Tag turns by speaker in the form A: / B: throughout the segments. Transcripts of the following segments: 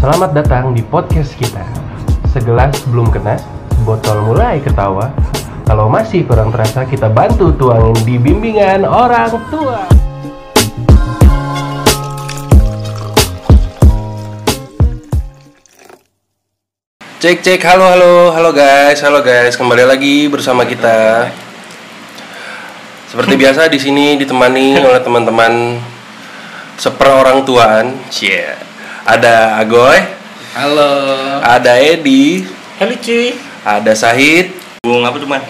A: Selamat datang di podcast kita. Segelas belum kena, botol mulai ketawa. Kalau masih kurang terasa, kita bantu tuangin di bimbingan orang tua. Cek cek halo halo halo guys halo guys kembali lagi bersama kita seperti biasa di sini ditemani oleh teman-teman seperorang tuaan cie ada Agoy
B: Halo.
A: ada Edi
B: Halo cuy.
A: ada Sahid
B: Bung apa teman?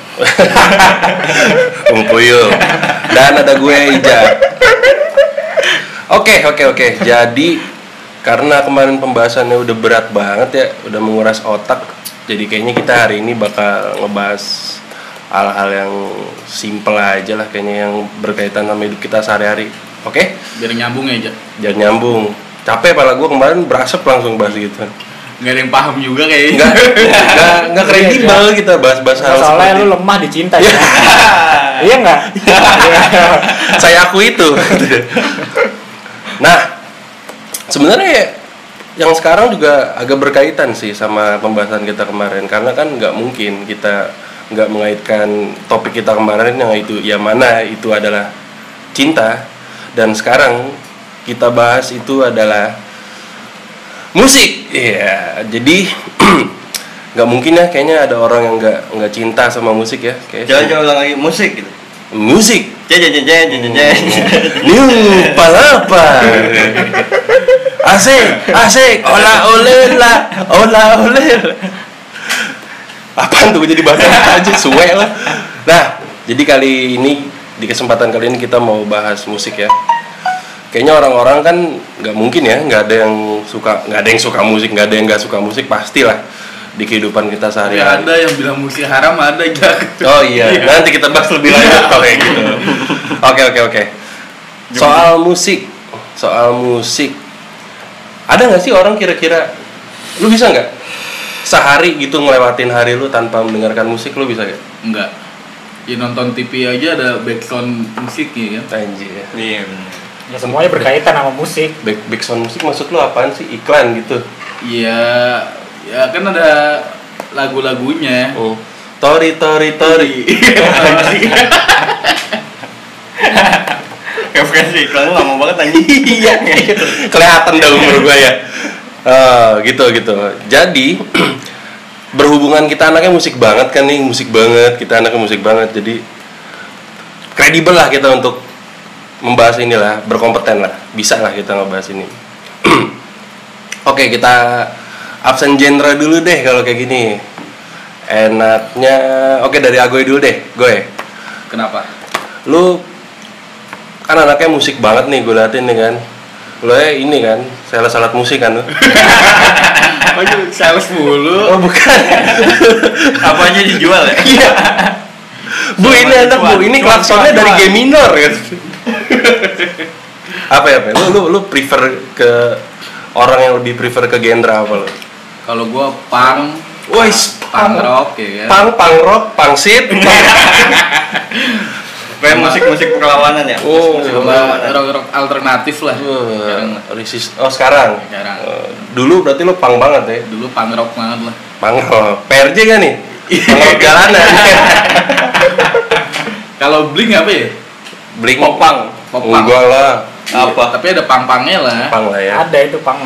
A: Bung Puyuh. dan ada gue Ija oke oke oke jadi karena kemarin pembahasannya udah berat banget ya udah menguras otak jadi kayaknya kita hari ini bakal ngebahas hal-hal yang simple aja lah kayaknya yang berkaitan sama hidup kita sehari-hari oke
B: Biar nyambung ya, aja.
A: jangan nyambung capek pala gue kemarin berasap langsung bahas gitu
B: Nggak ada yang paham juga
A: nggak
B: kayaknya.
A: nggak nggak kredibel kita bahas-bahas hal
C: Soalnya
A: seperti
C: lu lemah di cinta ya. iya enggak?
A: saya aku itu nah sebenarnya yang sekarang juga agak berkaitan sih sama pembahasan kita kemarin karena kan nggak mungkin kita nggak mengaitkan topik kita kemarin yang itu ya mana itu adalah cinta dan sekarang kita bahas itu adalah musik iya jadi nggak mungkin ya kayaknya ada orang yang nggak nggak cinta sama musik ya kayak
D: Jangan-jangan ulang lagi musik gitu.
A: musik
D: Jajan jajan jajan jajan.
A: Hmm. New palapa. Asik, asik. Ola ole la, ola ole. la. Apaan tuh jadi bahasa aja suwe lah. Nah, jadi kali ini di kesempatan kali ini kita mau bahas musik ya. Kayaknya orang-orang kan nggak mungkin ya, nggak ada yang suka, nggak ada yang suka musik, nggak ada yang nggak suka musik pastilah di kehidupan kita
B: Tapi
A: sehari-hari.
B: ada yang bilang musik haram ada gak?
A: Iya. Oh iya, nanti kita bahas lebih lanjut kalau kayak gitu. Oke oke oke. Soal musik, soal musik. Ada nggak sih orang kira-kira lu bisa nggak sehari gitu ngelewatin hari lu tanpa mendengarkan musik lu bisa gak?
B: Enggak. Ya nonton TV aja ada background musiknya ya.
A: Anjir.
D: Iya.
C: Ya semuanya berkaitan sama musik.
A: Back, back sound musik maksud lu apaan sih? Iklan gitu.
B: Iya. Ya kan ada
D: Iya.
B: lagu-lagunya.
A: Oh. Tori tori tori.
D: Referensi iklan lu lama banget anjing. Iya.
A: kelihatan dah umur gue ya Eh, gitu gitu jadi berhubungan kita anaknya musik banget kan nih musik banget kita anaknya musik banget jadi kredibel lah kita untuk membahas inilah berkompeten lah bisa lah kita ngebahas ini oke kita absen genre dulu deh kalau kayak gini enaknya oke dari Agoy dulu deh Goy
B: Kenapa?
A: lu kan anaknya musik banget nih gue liatin nih kan lu ya ini kan salah salat musik kan lu
B: Aduh, sales mulu.
A: oh bukan
D: Apanya dijual ya?
A: iya bu
D: Cuman-
A: ini anak bu
D: cuman-
A: ini
D: cuman-
A: klaksonnya
D: cuman-
A: dari
D: cuman.
A: G minor gitu apa ya Pe? lu lu lu prefer ke orang yang lebih prefer ke genre apa lu
B: Kalau gua punk,
A: Woi,
B: punk rock ya kan.
A: pang pang rock pang sit
D: Kayak musik-musik perlawanan ya.
A: Oh,
D: Musik-musik
B: Sama
D: perlawanan.
B: rock-rock alternatif lah. Sekarang lah.
A: resist oh sekarang
B: Sekarang.
A: Eh, dulu berarti lu pang banget ya
B: Dulu punk rock banget lah.
A: pang rock PRJ kan nih pang rock jalanan
B: Kalau bling apa ya?
A: Blink
D: Popang.
B: Popang.
A: Enggak lah
D: Apa?
B: Iya, Tapi ada pang-pangnya lah.
A: Popang lah ya
C: Ada itu pang.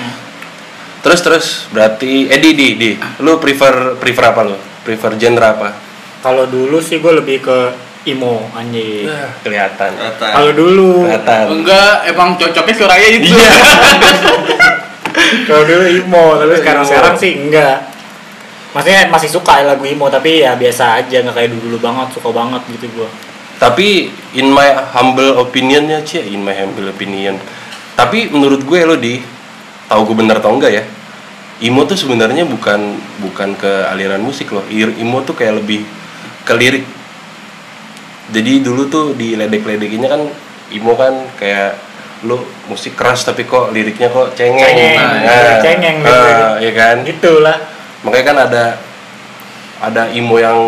A: Terus terus Berarti Eh di di di Lu prefer prefer apa lu? Prefer genre apa?
C: Kalau dulu sih gue lebih ke emo anjing.
A: Ya. Kelihatan
D: Rata.
C: Kalau dulu,
A: Kelihatan
B: Enggak, emang cocoknya suaranya itu.
A: Iya
C: kalau dulu emo, tapi sekarang
A: Emo.
C: sekarang sih enggak. Maksudnya masih suka lagu emo tapi ya biasa aja nggak kayak dulu banget suka banget gitu gue.
A: Tapi in my humble opinion ya Cie In my humble opinion Tapi menurut gue lo di tahu gue bener atau enggak ya Imo tuh sebenarnya bukan bukan ke aliran musik loh Ir- Imo tuh kayak lebih ke lirik Jadi dulu tuh di ledek-ledekinnya kan Imo kan kayak lo musik keras tapi kok liriknya kok cengeng
C: Cengeng,
A: Nah,
C: cengeng gitu.
A: ah, iya kan
C: Gitulah.
A: makanya kan ada ada emo yang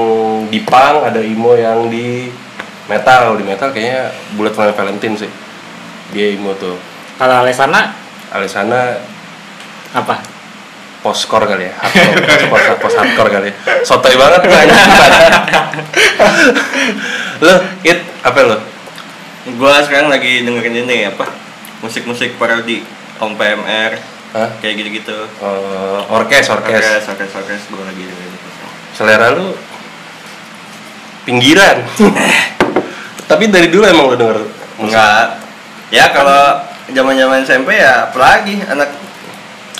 A: di punk, ada emo yang di metal. Di metal kayaknya Bullet for Valentine sih. Dia emo tuh.
C: Kalau Alesana
A: Alesana
C: apa?
A: poskor kali ya hardcore poskor post hardcore kali ya. sotoy banget gue anjing lo it apa lo
D: Gua sekarang lagi dengerin ini apa? Musik-musik parodi Om PMR
A: Hah?
D: kayak gitu-gitu.
A: Eh, orkes orkes
D: Orkes, orkes, orkes, gua lagi dengerin.
A: selera lu pinggiran tapi dari dulu emang lu denger musik
D: Enggak. Ya kalau zaman-zaman SMP ya apalagi anak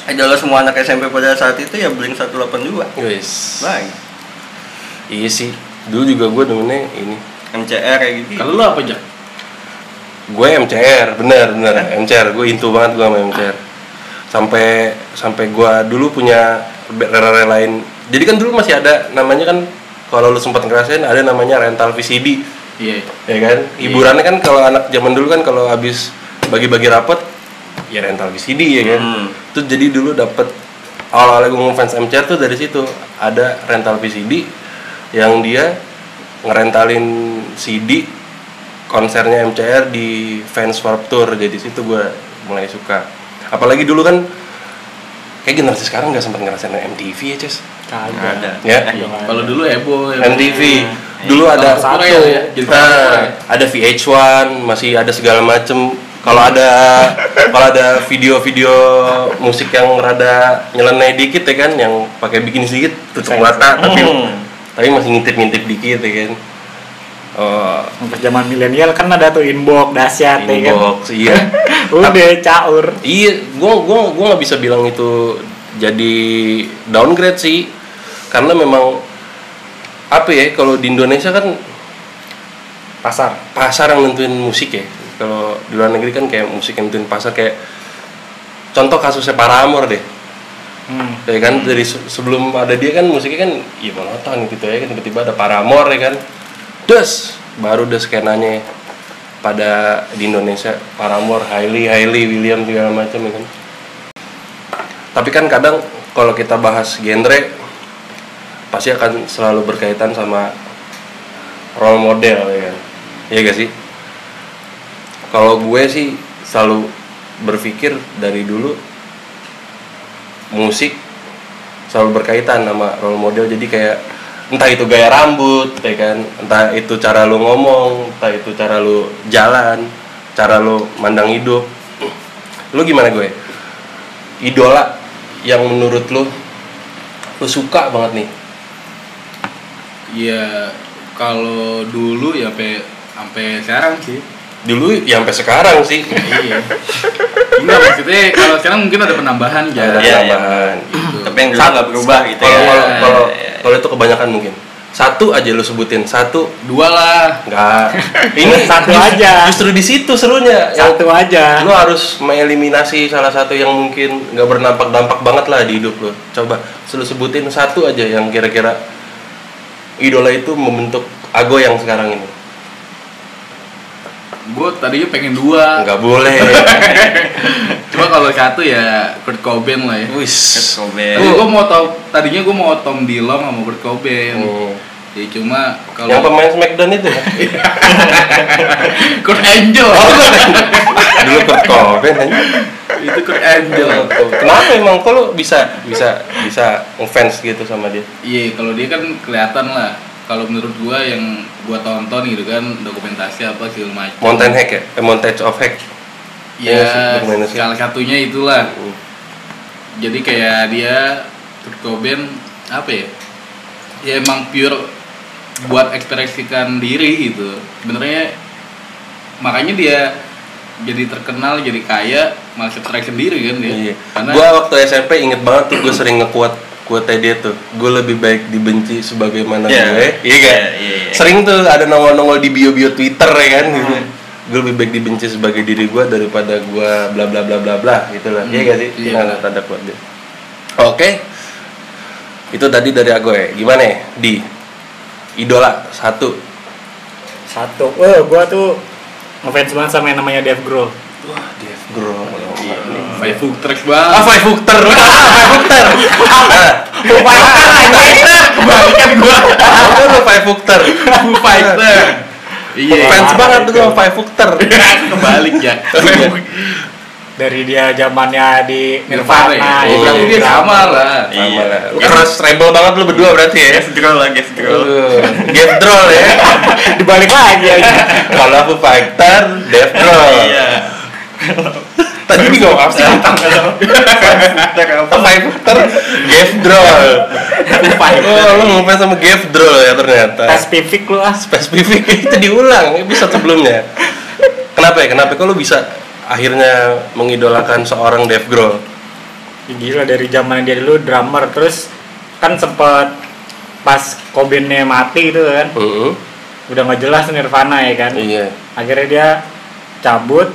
D: idola semua anak SMP pada saat itu ya Blink 182.
A: guys
D: Lagi.
A: iya sih dulu juga gue dengernya ini
D: MCR kayak gitu.
B: Kalau lu apa, Jak?
A: gue MCR bener bener MCR gue intu banget gue sama MCR sampai sampai gue dulu punya rela lain jadi kan dulu masih ada namanya kan kalau lu sempat ngerasain ada namanya rental VCD
B: Iya.
A: ya kan hiburannya kan kalau anak zaman dulu kan kalau habis bagi-bagi rapet ya rental VCD ya kan
D: Hmm.
A: Terus jadi dulu dapet awal-awal gue ngefans MCR tuh dari situ ada rental VCD yang dia ngerentalin CD konsernya MCR di fans warp tour jadi situ gue mulai suka apalagi dulu kan kayak generasi sekarang nggak sempat ngerasain MTV ya Ces
D: Nggak ada.
C: Kagak.
A: ya
D: Eh,
B: Kalau dulu heboh. heboh.
A: MTV dulu ada
B: Nomor satu ya. Jadi nomor satu
C: Eh.
A: Nah,
B: ya.
A: ada VH1 masih ada segala macem kalau ada kalau ada video-video musik yang rada nyeleneh dikit ya kan yang pakai bikin sedikit tutup mata tapi
D: Hmm.
A: tapi masih ngintip-ngintip dikit ya kan oh,
C: Untuk zaman milenial kan ada tuh inbox dahsyat ya kan.
A: inbox iya
C: Udah caur.
A: iya gua gua gua nggak bisa bilang itu jadi downgrade sih karena memang apa ya kalau di Indonesia kan
C: Pasar.
A: pasar yang nentuin musik ya kalau di luar negeri kan kayak musik yang nentuin pasar kayak contoh kasusnya Paramore deh
C: Hmm.
A: ya kan dari se- sebelum ada dia kan musiknya kan ya monoton gitu ya kan tiba-tiba ada Paramore ya kan des baru des skenanya pada di Indonesia Paramore Hailey Hailey William segala macam ya kan tapi kan kadang kalau kita bahas genre pasti akan selalu berkaitan sama role model ya kan iya gak sih kalau gue sih selalu berpikir dari dulu musik selalu berkaitan sama role model jadi kayak entah itu gaya rambut ya kan entah itu cara lu ngomong entah itu cara lu jalan cara lu mandang hidup lu gimana gue idola yang menurut lu lu suka banget nih
B: Iya, kalau dulu ya sampai sampai sekarang sih.
A: dulu ya sampai sekarang sih
B: Iya. Enggak maksudnya kalau sekarang mungkin ada penambahan Gitu. ya.
A: ada
D: Iya, iya.
A: tambahan
D: Tapi yang dulu nggak berubah gitu
A: kan? kalau
D: ya.
A: kalau kalau
D: Iya,
A: kalau itu kebanyakan mungkin satu aja lu sebutin satu
B: Dua lah.
A: enggak ini
C: Satu
A: just-
C: aja.
A: justru di situ serunya yang
C: Satu aja.
A: lu harus mengeliminasi salah satu yang mungkin nggak berdampak dampak banget lah di hidup lu coba lu sebutin satu aja yang kira-kira idola itu membentuk ago yang sekarang ini
B: Gue tadinya pengen dua.
A: nggak boleh
B: Cuma kalau satu ya Kurt Cobain lah ya.
D: iya. Oh, Kurt
A: wis
D: Cobain.
B: Tadi gue Eh, mau tau, tadinya gue mau Tom Dilong sama Kurt Cobain.
A: Oh.
B: Ya cuma kalau
A: yang pemain Smackdown itu kan?
B: Kurt Angel.
A: Oh. dulu Kurt Cobain aja.
B: itu Kurt Angel.
A: Kenapa emang kok lu bisa bisa bisa ngefans gitu sama dia?
B: Iya, kalau dia kan kelihatan lah. Kalau menurut gua yang gua tonton gitu kan dokumentasi apa segala macam.
A: Mountain Hack ya? Eh, Montage of Hack.
B: Ya,
A: Iya Hmm. sih, dokumentasi.
B: salah satunya itulah. Jadi kayak dia Kurt Cobain apa ya? Ya emang pure buat ekspresikan diri gitu. Sebenarnya makanya dia jadi terkenal, jadi kaya, malah strike sendiri kan dia.
A: Iya.
B: Karena
A: Gua waktu SMP inget banget tuh gue sering ngekuat kuatnya dia tuh. Gue lebih baik dibenci sebagaimana
D: Iya.
A: gue. Iya kan?
D: Iya, iya, iya.
A: Sering tuh ada nongol-nongol di bio-bio Twitter ya kan gitu. Gue lebih baik dibenci sebagai diri gue daripada gue bla bla bla bla bla gitu lah. Iya gak sih?
B: Iya,
A: Nah,
B: benar.
A: tanda kuat dia. Oke. Itu tadi dari Agoy. Gimana ya? Di idola satu.
C: Satu. Eh, gua tuh ngefans banget sama yang namanya Dave Grohl.
A: Wah, Dev Grohl.
B: Five Foot Tracks banget.
A: Ah, Eh, Five Hooter. Five Hooter.
C: Foo Fighter anjing.
B: Kebalikan gua.
A: Apa lu Five Hooter?
B: Foo Fighter. Iya.
A: Fans
C: parah
A: banget tuh
C: itu.
A: sama Five Hooter.
B: kebalik ya
A: Iya.
C: dari dia zamannya di
B: Nirvana ya.
C: Nirvana,
A: Oh,
C: ya,
B: Tapi dia
C: bilang-
B: sama lah.
A: Sama
D: Iya.
A: lah. Lu keras rebel banget lu berdua berarti ya.
D: Gas draw lah, gas draw.
A: Aduh, Game troll ya.
C: dibalik lagi aja.
A: Kalau aku fighter, death troll.
D: Iya.
A: Tadi ini ngomong apa sih?
B: Nah,
D: Kenapa?
A: Fighter, game troll. Oh, lu ngomong sama game troll ya ternyata.
C: Spesifik lu ah.
A: spesifik itu diulang episode sebelumnya kenapa ya kenapa kok lu bisa akhirnya mengidolakan seorang Dave Grohl
C: Gila dari zaman dia dulu drummer terus kan sempet pas Cobainnya mati gitu kan
A: Mm-mm.
C: udah nggak jelas Nirvana ya kan
A: iya
C: akhirnya dia cabut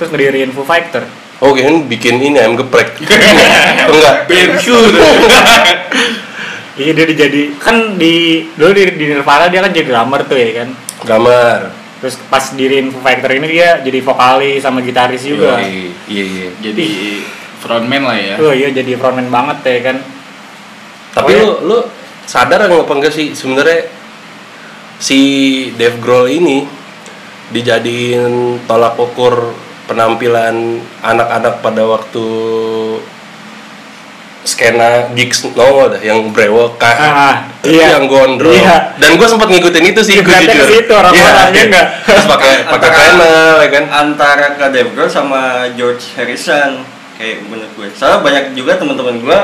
C: terus ngediriin Foo Fighter
A: oh kayaknya bikin ini ayam geprek enggak
C: iya dia dijadi kan di dulu di, di Nirvana dia kan jadi drummer tuh ya kan
A: gambar
C: terus pas diriin Foo Fighter ini dia jadi vokalis sama gitaris juga
A: Yoi. iya iya
B: Jadi frontman lah ya.
C: Tuh iya jadi frontman banget ya kan
A: tapi
C: Oh, iya.
A: lu lu sadar nggak apa enggak sih sebenarnya si Dave Grohl ini dijadiin tolak ukur penampilan anak-anak pada waktu skena gigs nongol dah yang brewokan
C: Ah,
A: itu
C: iya.
A: yang gondrong
C: Iya.
A: dan gue sempat ngikutin itu sih gue
C: Berarti ke
A: jujur
C: situ orang-orang, iya nggak?
A: terus pakai pakai
D: Antara-
A: panel ya kan
D: antara ke Dave Grohl sama George Harrison kayak menurut gue soalnya banyak juga teman-teman gue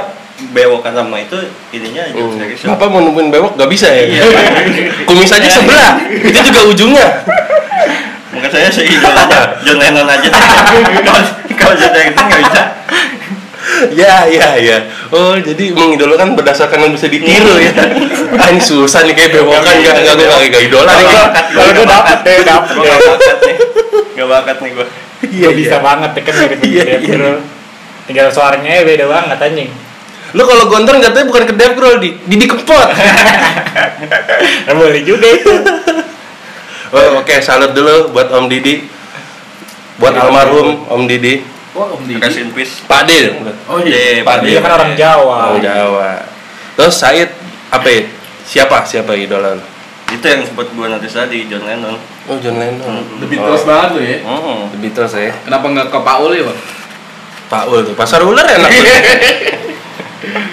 D: bewokan sama itu ininya
A: Oh.
D: George Harrison
A: Hmm. Bapak mau nemuin bewok gak bisa ya?
D: Iya.
A: Kumis aja sebelah, itu juga ujungnya.
D: mungkin saya sih idolanya John Lennon aja Kalau- kalau John Harrison nggak bisa
A: Ya, ya, ya. Oh, jadi mengidolakan berdasarkan yang bisa ditiru ya. Ah, ini susah nih kayak bewokan gak gak gak gak, gak idola nih. gua.
C: kalau gue dapet deh dapet
D: gue
C: deh
D: nggak bakat nih nggak bakat nih gue
C: Iya, bisa banget ya kan mirip
A: Iya,
C: mirip
A: iya.
C: bro. Tinggal suaranya aja beda banget anjing.
A: Lu kalau gontor katanya bukan ke Dave Grohl, di Didi Kempot.
C: Nah, boleh juga itu.
A: Oh, oke, salut dulu buat Om Didi. Buat almarhum Om Didi.
B: Oh, Om Didi.
D: kasih inpis
A: Pak De.
B: Oh iya.
D: Dave, Pak
C: Dia kan orang Jawa.
A: Orang Jawa. Terus Said apa ya? Siapa? Siapa idola lu?
D: itu yang sempat gue notice tadi John Lennon
A: Oh, John Lennon.
B: The Beatles banget tuh ya.
D: oh.
A: The Beatles ya.
B: Kenapa nggak ke Paul ya, Bang?
A: Pak Ul tuh. Pasar ular enak. tuh.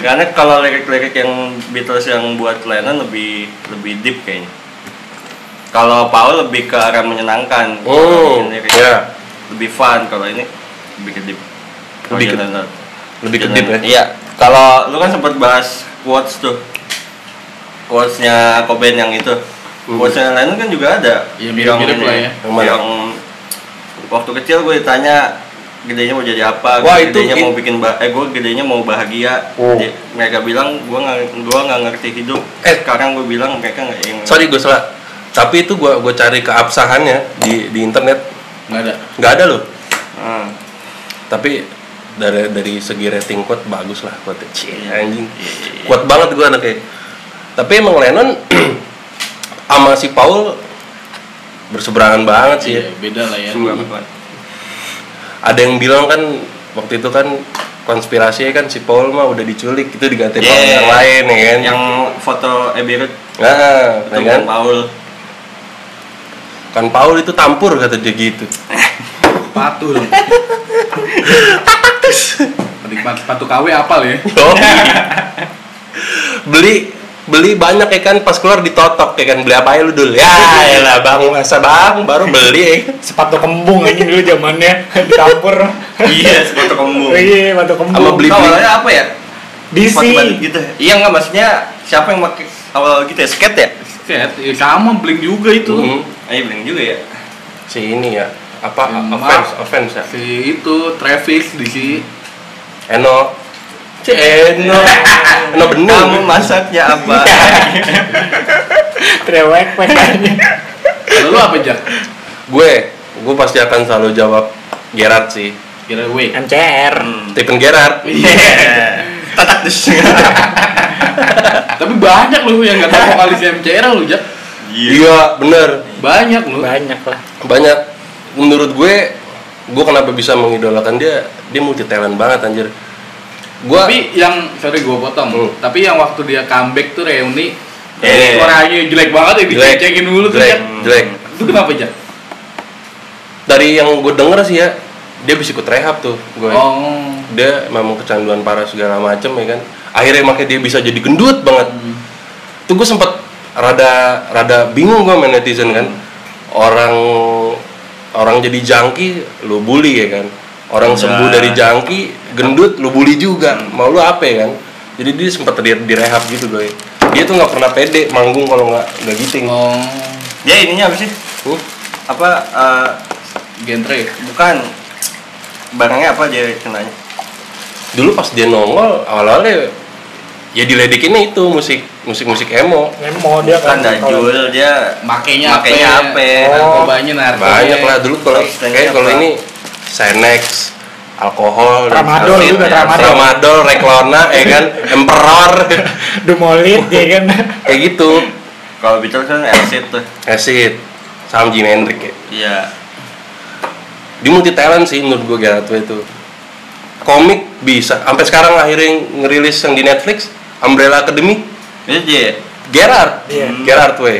D: karena kalau lirik-lirik yang Beatles yang buat Lennon lebih lebih deep kayaknya kalau Paul lebih ke arah menyenangkan
A: Oh,
D: Lirik-
A: ya.
D: lebih fun kalau ini lebih kedip
A: Lebih ke- Lebih kedip ya.
D: iya kalau lu kan sempat bahas quotes tuh quotesnya Cobain yang itu
A: Hmm.
D: quotesnya lain kan juga ada
B: Iya, mirip-mirip
D: Yang
B: lah
D: ini,
B: ya.
A: Yang mana?
D: yang waktu kecil gue ditanya gedenya mau jadi
A: Wah,
D: apa Gua
A: itu-
D: gedenya
A: it-
D: mau bikin ba- eh gue gedenya mau bahagia
A: Oh.
D: Di- mereka bilang gue nggak gua nggak ngerti hidup
A: Eh.
D: eh sekarang gue bilang mereka nggak yang
A: Sorry gue salah. Tapi itu gue gue cari keabsahannya di di internet
B: Nggak ada.
A: nggak ada loh.
D: Ah,
A: Tapi dari dari segi rating kuat bagus lah kuat. Cie, anjing.
D: iya.
A: Kuat banget gue anaknya. Tapi emang Lennon sama si Paul berseberangan banget sih. ya.
B: Iya, beda lah ya.
D: Gua nggak kuat.
A: Ada yang bilang kan waktu itu kan konspirasi kan si Paul mah udah diculik itu diganti Paul
D: Yeah.
A: yang lain ya kan.
D: yang foto Ebirut
A: Nah,
D: itu
A: ya kan?
D: Paul
A: kan Paul itu tampur kata dia gitu.
B: Sepatu dong. Penikmat sepatu KW apal ya.
A: Yoi. Oh. beli beli banyak ya kan pas keluar ditotok ya kan beli apa aja lu dulu ya elah bang masa bang baru beli ya kan?
C: Sepatu kembung anjing dulu zamannya ditampur.
D: iya sepatu kembung
C: Iya, sepatu
A: Sama
C: kembung.
A: beli-
D: Tahu awalnya apa ya?
C: DC.
D: Sepatu batik gitu. Iya nggak maksudnya siapa yang pakai awal gitu ya skate ya?
B: Set, ya sama Blink juga itu.
A: Mhm.
D: Ayo bilang juga ya.
A: si ini ya apa
B: Hmm,
A: offense
B: maaf.
A: offense ya
B: Si itu Travis di sini.
A: Eno si Eno Eno bener
D: Kamu masaknya apa?
C: Trewek pengennya.
B: Kalau lu apa, Jak?
A: gue gue pasti akan selalu jawab Gerard sih
B: Kira W.
C: MCR.
D: Hmm.
A: Stephen Gerard
D: Iya. Tatak dus.
B: Tapi banyak lu yang nggak tahu vokalis MCR lu, Jak.
D: Iya.
A: iya bener
B: Banyak lu.
C: Banyak lah.
A: banyak menurut gue gue kenapa bisa mengidolakan dia dia multi talent banget anjir gue
B: Tapi yang sorry gue potong.
A: Hmm.
B: Tapi yang waktu dia comeback tuh reuni
D: Eh.
B: suaranya jelek banget ya
A: Jelek.
B: dicengin dulu tuh
A: jelek
B: Jak.
A: jelek
B: Itu kenapa Jak?
A: dari yang gue denger sih ya dia bisa ikut rehab tuh gue
B: Oh.
A: dia memang kecanduan parah segala macem ya kan akhirnya makanya dia bisa jadi gendut banget
B: Hmm.
A: tuh gue sempet rada rada bingung gue sama netizen kan orang orang jadi jangki lu bully ya kan orang sembuh dari jangki gendut lu bully juga mau lu apa ya kan jadi dia sempat di direhab gitu gue dia tuh nggak pernah pede manggung kalau nggak nggak gitu. giting
B: Oh.
D: Dia ininya apa sih?
A: Hmm?
D: Apa eh,
B: Genre. ya?
D: bukan barangnya apa dia kenanya?
A: dulu pas dia nongol awal-awalnya ya diledekinnya itu musik musik musik emo
C: Nemo dia
D: Bukan
C: kan. kalau-
D: Dajul dia
B: Makainya apa? ya?
D: Makainya apa? ya? Oh.
B: Narkobanya narkoba.
A: banyak lah dulu kalau
D: Terus
A: kayak kalau
D: apa?
A: ini Senex alkohol dan
C: Tramadol
A: salin,
C: juga,
A: ya.
C: Tramadol.
A: Tramadol, Reklona ya kan Emperor
C: Dumolit ya kan.
A: kayak gitu
D: kalau Beatles kan acid tuh.
A: Acid sama Jimi Hendrix ya
D: Iya.
A: di multi talent sih menurut gue Gerard Way itu komik bisa sampai sekarang akhirnya ngerilis yang di Netflix Umbrella Academy
D: Itu dia.
A: Gerard Hmm.
C: Iya.
A: Gerard Way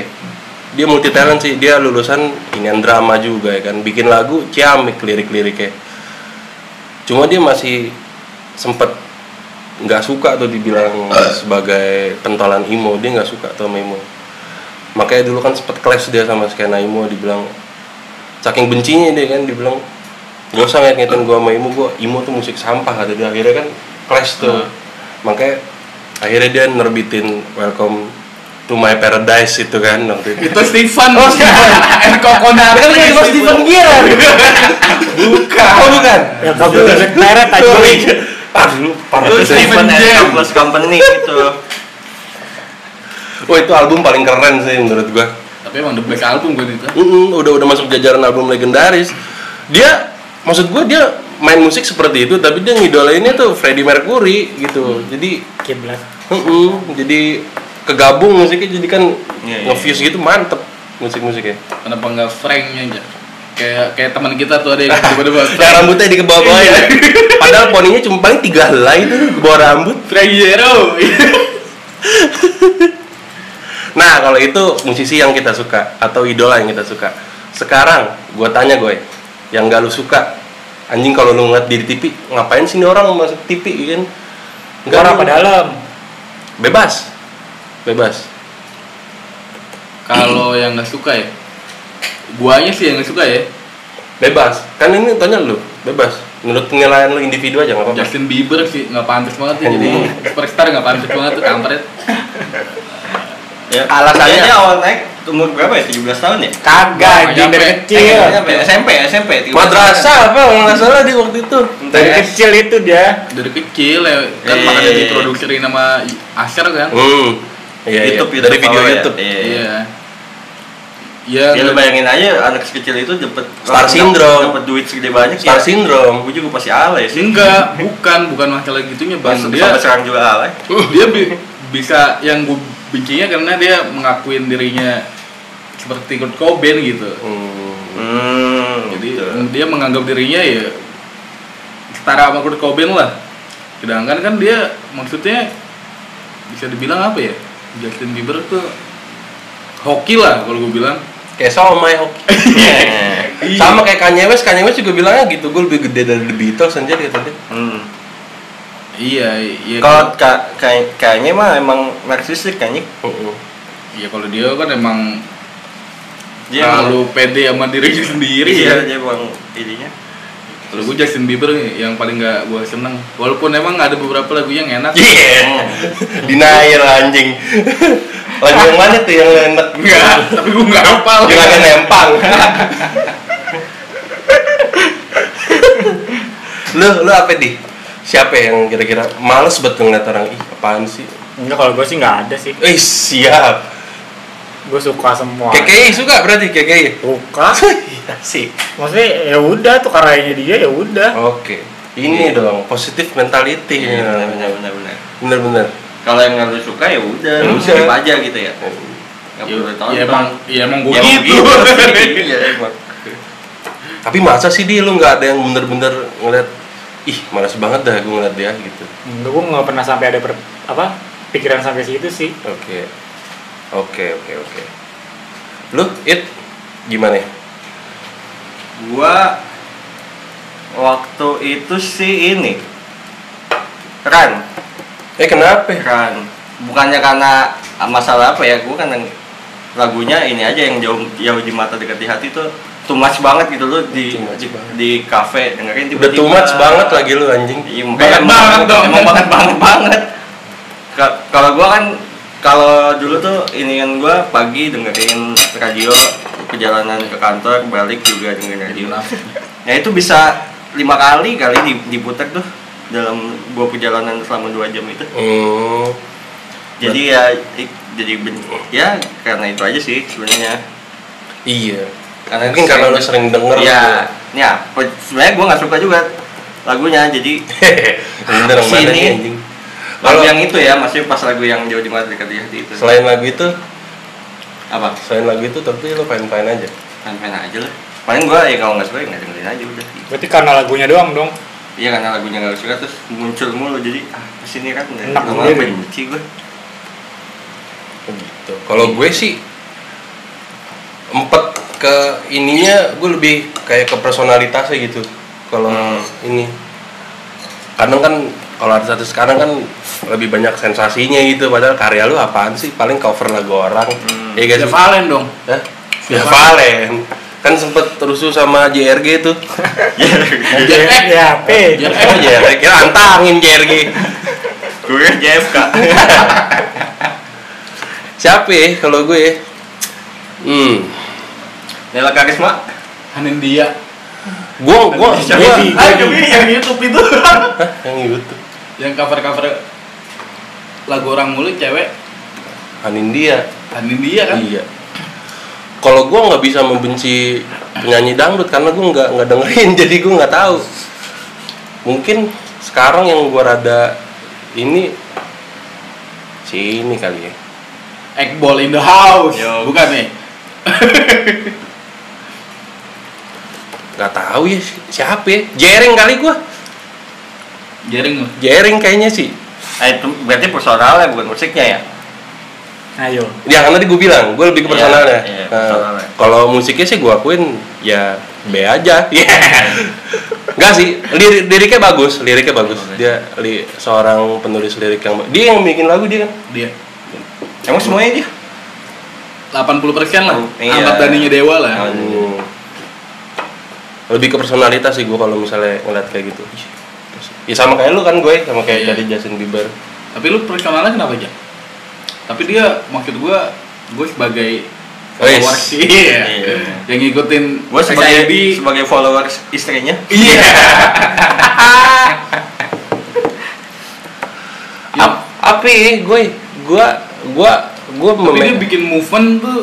A: dia multi talent sih dia lulusan ini drama juga ya kan bikin lagu ciamik lirik-liriknya cuma dia masih sempet nggak suka tuh dibilang sebagai pentolan emo dia nggak suka tuh sama emo makanya dulu kan sempet clash dia sama skena emo dibilang saking bencinya dia kan dibilang gak usah ngait-ngaitin gua sama emo gua emo tuh musik sampah kata dia akhirnya kan clash tuh makanya akhirnya dia nerbitin welcome to my paradise itu kan waktu itu
B: Itu Steven.
A: Oh, Steven.
B: Air kokonat.
A: Kan dia gua Steven Gerrard. bukan oh, bukan
C: Ya kabel pleret aja.
A: Sorry. Aduh, parah banget
D: Itu
A: ya.
D: Stephen
B: Jam.
D: and Plus Company gitu. itu.
A: Wah itu album paling keren sih menurut gua.
B: Tapi emang the best album gue itu.
A: Mm-mm, udah udah masuk jajaran album legendaris. Dia maksud gua dia main musik seperti itu tapi dia ngidolainnya tuh Freddie Mercury gitu. Jadi
C: Kiblat.
A: mm-mm, jadi kegabung musiknya jadi kan
D: Iya, iya.
A: nge-fuse gitu mantep musik-musiknya.
B: Kenapa nggak Franknya aja? Kayak kayak teman kita tuh ada yang tiba-tiba
A: Yang rambutnya di bawah bawah ya. Padahal poninya cuma paling tiga helai itu ke bawah rambut.
B: Frank Zero.
A: Nah, kalau itu musisi yang kita suka atau idola yang kita suka. Sekarang gua tanya gue, yang gak lu suka anjing kalau lu ngeliat di TV, ngapain sih ini orang masuk TV ya kan? Nggak,
C: Orang
A: lu-
C: apa dalam?
A: Bebas. Bebas.
B: Kalau yang nggak suka ya, guanya sih yang nggak suka ya.
A: Bebas. Kan ini tanya lu, bebas. Menurut penilaian lu individu aja nggak apa-apa.
D: Ya.
B: Justin Bieber sih nggak pantas banget ya jadi superstar nggak pantas banget tuh kampret.
D: Ya.
A: Alasannya-
D: Dia awal naik umur berapa ya? 17 tahun ya?
B: Nggak
C: Kagak, dia dari
B: nyampe.
D: Eh,
C: kecil.
D: nggak nyampe. SMP, SMP. 13 tahun.
A: Madrasah apa kalau nggak salah di waktu itu.
C: Dari
D: ya.
C: kecil itu dia.
B: Dari kecil ya kan
D: Eh.
B: makanya diproduksiin sama Asher kan.
A: Hmm. Iya, iya.
D: YouTube,
A: dari video
D: awalnya.
A: YouTube.
D: Iya.
B: Iya. Iya.
D: Ya lu bayangin aja anak sekecil itu dapat
A: Star syndrome.
D: dapat duit segede banyak
A: Star syndrome.
D: Gue juga pasti alay sih.
B: Enggak, bukan, bukan masalah gitunya bang.
D: Sampai
B: Iya, Dia
D: sampai sekarang juga alay.
B: dia bi- bisa yang gue bencinya karena dia mengakuin dirinya seperti Kurt Cobain gitu.
A: Hmm.
D: Hmm.
B: Jadi mm.
D: Gitu.
B: dia menganggap dirinya ya setara sama Kurt Cobain lah. Sedangkan kan dia maksudnya bisa dibilang apa ya? Justin Bieber tuh hoki lah kalau gue bilang.
A: Kayak somai hoki.
B: Iya.
A: Sama kayak Kanye West, Kanye West juga bilangnya gitu, gue lebih gede dari The Beatles anjir gitu dia.
D: Hmm.
B: Iya, iya.
D: Kalau ka- kayak kayaknya mah emang kan, narsistik kayaknya.
B: Iya kalau dia kan emang
D: Dia
B: terlalu pede sama dirinya sendiri
D: Iya,
B: ya.
D: dia emang ininya.
B: Kalau gue Justin Bieber nih, yang paling gak gue seneng Walaupun emang ada beberapa lagu yang enak
A: Iya. Denial anjing. Lagu yang mana tuh yang enak?
B: Enggak, tapi gue gak hafal
A: Juragan nempang. lu lu apa di? Siapa yang kira-kira males buat ngeliat orang ih apaan sih?
C: Enggak kalau gue sih nggak ada sih.
A: Eh siap.
C: Gue suka semua.
A: KKI suka berarti KKI.
C: Suka.
A: Iya sih.
C: Maksudnya ya udah tuh karayanya dia ya udah.
A: Oke. Ini dong positif mentality.
D: Iya, benar benar benar. benar.
A: Bener-bener.
D: Kalau yang nggak lu suka ya udah, lu
A: Udah.
D: skip aja gitu ya. Nggak
B: Ya,
D: perlu ditonton.
B: ya emang, ya emang gue
D: Ya, emang
B: gitu
D: gitu. Iya, emang.
A: Tapi masa sih di lu nggak ada yang bener-bener ngeliat ih malas banget dah gue ngeliat dia gitu.
C: Enggak gue nggak pernah sampai ada per, apa pikiran sampai situ sih.
A: Oke. Oke, oke, oke. Lu it gimana? ya?
D: Gua waktu itu sih ini keren
A: Eh kenapa? ya?
D: keren bukannya karena masalah apa ya gue kan yang- lagunya ini aja yang jauh jauh di mata dekat di hati tuh too much banget gitu loh di
A: Too much banget.
D: di kafe
A: Udah
D: dengerin tiba-tiba
A: too much banget lagi lu anjing.
D: Iya,
B: Banget
D: emang-
B: banget dong.
D: Emang banget banget banget. Ka- Kalau gua kan kalau dulu tuh inian gua pagi dengerin radio perjalanan ke kantor balik juga dengerin
B: Jadi
D: radio.
B: munafik.
D: Nah itu bisa lima kali kali di- diputar tuh dalam gua perjalanan selama dua jam itu.
A: Hmm.
D: Jadi ya i- jadi ben- ya karena itu aja sih sebenarnya.
A: Iya.
D: Karena
A: Mungkin karena udah sering denger. gitu.
D: Ya, ya pe- sebenarnya gua nggak suka juga lagunya jadi
A: Bener yang mana
D: Sini.
A: sih anjing?
D: lagu
A: Kalau-
D: yang itu ya maksudnya pas lagu yang jauh di mata dekat di hati itu
A: Selain lagu itu,
D: apa
A: selain lagu itu tapi lu fine-fine aja.
D: main-main aja lah paling gua ya kalau nggak suka ya nggak dengerin aja udah
C: Berarti karena lagunya doang dong.
D: iya karena lagunya nggak suka terus muncul mulu jadi ah kesini kan nggak
C: Enak
D: nggak
C: sendiri.
D: benci gua
A: gitu kalau gue sih empet ke ininya gue lebih kayak ke personalitasnya gitu kalau ini kadang kan kalau artis-artis sekarang kan lebih banyak sensasinya gitu padahal karya lu apaan sih paling cover lagu orang ya guys
B: Ya Valen dong.
A: Hah? ya
B: Valen.
A: Valen kan sempet rusuh sama JRG tuh
D: Iya.
B: Jetpack.
C: Ya, P.
B: Jetpack.
A: oh JRG kira antangin JRG
D: gue kan JFK
A: siapa ya kalau gue hmm
D: Nela Karisma
B: Hanendia.
A: gue gue gue
C: Jadi-
B: Ah, yang yang YouTube itu.
A: Hah? yang YouTube
B: yang cover-cover lagu orang mulu cewek
A: Anindia
B: Hanendia kan.
A: Iya. Kalau gue nggak bisa membenci penyanyi dangdut karena gue nggak nggak dengerin jadi gue nggak tahu. Mungkin sekarang yang gue rada ini si ini kali ya.
B: Eggball in the house.
D: Yo.
B: Bukan nih.
A: Nggak tahu ya si- siapa ya. Jering kali gue.
B: Jaring loh.
A: Jering kayaknya sih.
D: nah, itu berarti personalnya bukan musiknya ya
C: Ayo.
A: Ya karena tadi gue bilang gue lebih ke
D: Iya,
A: personalnya.
D: iya,
A: Nah,
D: personalnya.
A: Kalau musiknya sih gue akuin ya B aja. Iya. Enggak sih, lir- liriknya bagus, liriknya bagus. Dia li- seorang penulis lirik yang ba- dia yang bikin lagu dia kan.
B: Dia
D: emang semuanya dia
B: 80% lah.
D: Oh, iya.
B: Angkat daninya dewa lah.
D: Oh,
A: Hmm. Lebih ke personalitas sih gue kalau misalnya ngeliat kayak gitu. Ya sama kayak lu kan gue, sama kayak
B: Iya.
A: tadi Justin Bieber.
B: Tapi lu perkenalan kenapa aja? Tapi dia maksud gua gua sebagai
A: Wes.
B: follower sih. Iya.
D: Iya.
B: Yang ngikutin
D: gue sebagai
B: di
D: sebagai followers istrinya
B: Iya. Ya,
A: Ap- Api gue, gue, gue, gue
B: tapi dia Oh, iya.
A: meme-
B: bikin movement tuh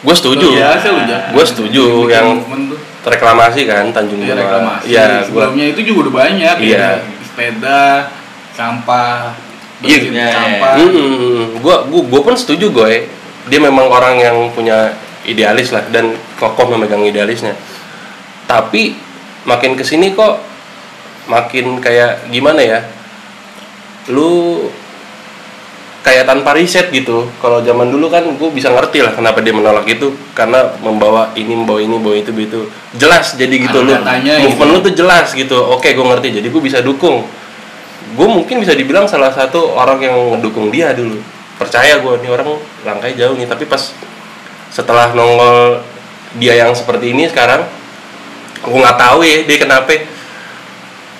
A: Gue setuju.
B: luar biasa lu, Jak.
A: Gue setuju
B: Dia bikin
A: yang
B: movement tuh
A: reklamasi kan Tanjung
B: Iya,
A: Benoa.
B: reklamasi.
A: Iya, gue.
B: Sebelumnya itu juga udah banyak.
A: Iya.
B: ya. Sepeda, sampah,
A: Iya,
B: bersihin
D: iya, iya.
B: sampah.
A: Gue, gue, gue pun setuju gue. Dia memang orang yang punya idealis lah dan kokoh memegang idealisnya. Tapi makin kesini kok makin kayak gimana ya? Lu kayak tanpa riset gitu. Kalau zaman dulu kan gue bisa ngerti lah kenapa dia menolak itu karena membawa ini membawa ini membawa itu itu jelas jadi gitu
B: Ada
A: lu
B: datanya
A: movement
B: gitu.
A: lu tuh jelas gitu. Oke gue ngerti jadi gue bisa dukung. Gue mungkin bisa dibilang salah satu orang yang mendukung dia dulu. Percaya gue nih orang langkahnya jauh nih tapi pas setelah nongol dia yang seperti ini sekarang gue nggak tahu ya dia kenapa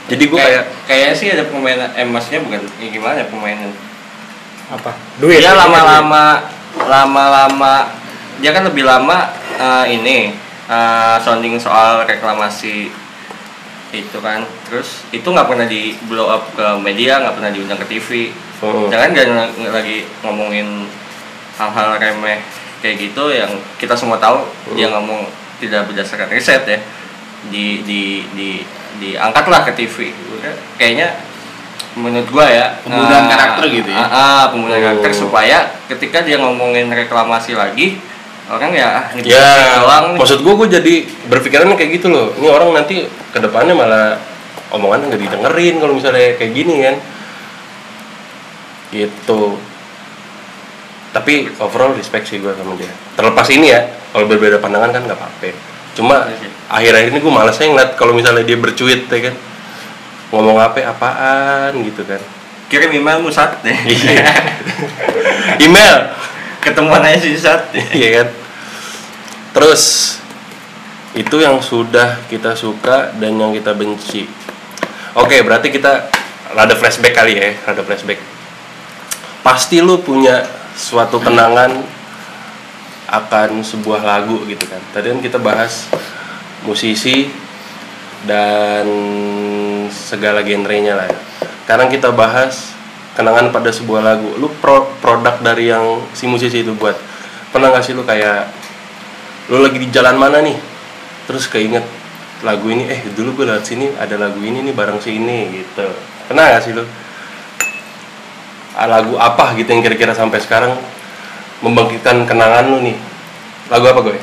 A: jadi gue kayak
D: kayak kayaknya sih ada pemain emasnya bukan ya gimana ya pemain
C: Apa? Duit.
D: dia lama-lama lama-lama dia kan lebih lama eh, ini eh, sounding soal reklamasi itu kan terus itu nggak pernah di blow up ke media nggak pernah diundang ke TV
A: Hmm.
D: jangan nggak nggak lagi ngomongin hal-hal remeh kayak gitu yang kita semua tahu
B: Hmm.
D: dia ngomong tidak berdasarkan riset ya di di di diangkatlah ke TV
B: Iya.
D: kayaknya menurut gua ya
B: Pembunuhan
D: eh,
B: karakter gitu ya.
D: ah, ah, pembunuhan
A: Oh.
D: karakter supaya ketika dia ngomongin reklamasi lagi orang ya ah, ini
A: ya
D: doang nih.
A: maksud gue gue jadi berpikirannya kayak gitu loh ini orang nanti kedepannya malah omongannya nggak didengerin kalau misalnya kayak gini kan gitu tapi overall respect sih gue sama dia terlepas ini ya kalau berbeda pandangan kan nggak apa-apa cuma akhir-akhir ini gue malasnya ngeliat kalau misalnya dia bercuit ya kan ngomong apa apaan gitu kan
D: kirim email ya. lu sat deh
A: Iya. email
D: ketemuan aja sih sat deh.
A: iya kan terus itu yang sudah kita suka dan yang kita benci oke berarti kita rada flashback kali ya rada flashback pasti lu punya suatu kenangan akan sebuah lagu gitu kan tadi kan kita bahas musisi dan segala genrenya lah ya. sekarang kita bahas kenangan pada sebuah lagu lu pro- produk dari yang si musisi itu buat pernah gak sih lu kayak lu lagi di jalan mana nih terus keinget lagu ini eh dulu gue lewat sini ada lagu ini nih bareng si ini gitu pernah gak sih lu Ah, lagu apa gitu yang kira-kira sampai sekarang membangkitkan kenangan lu nih lagu apa gue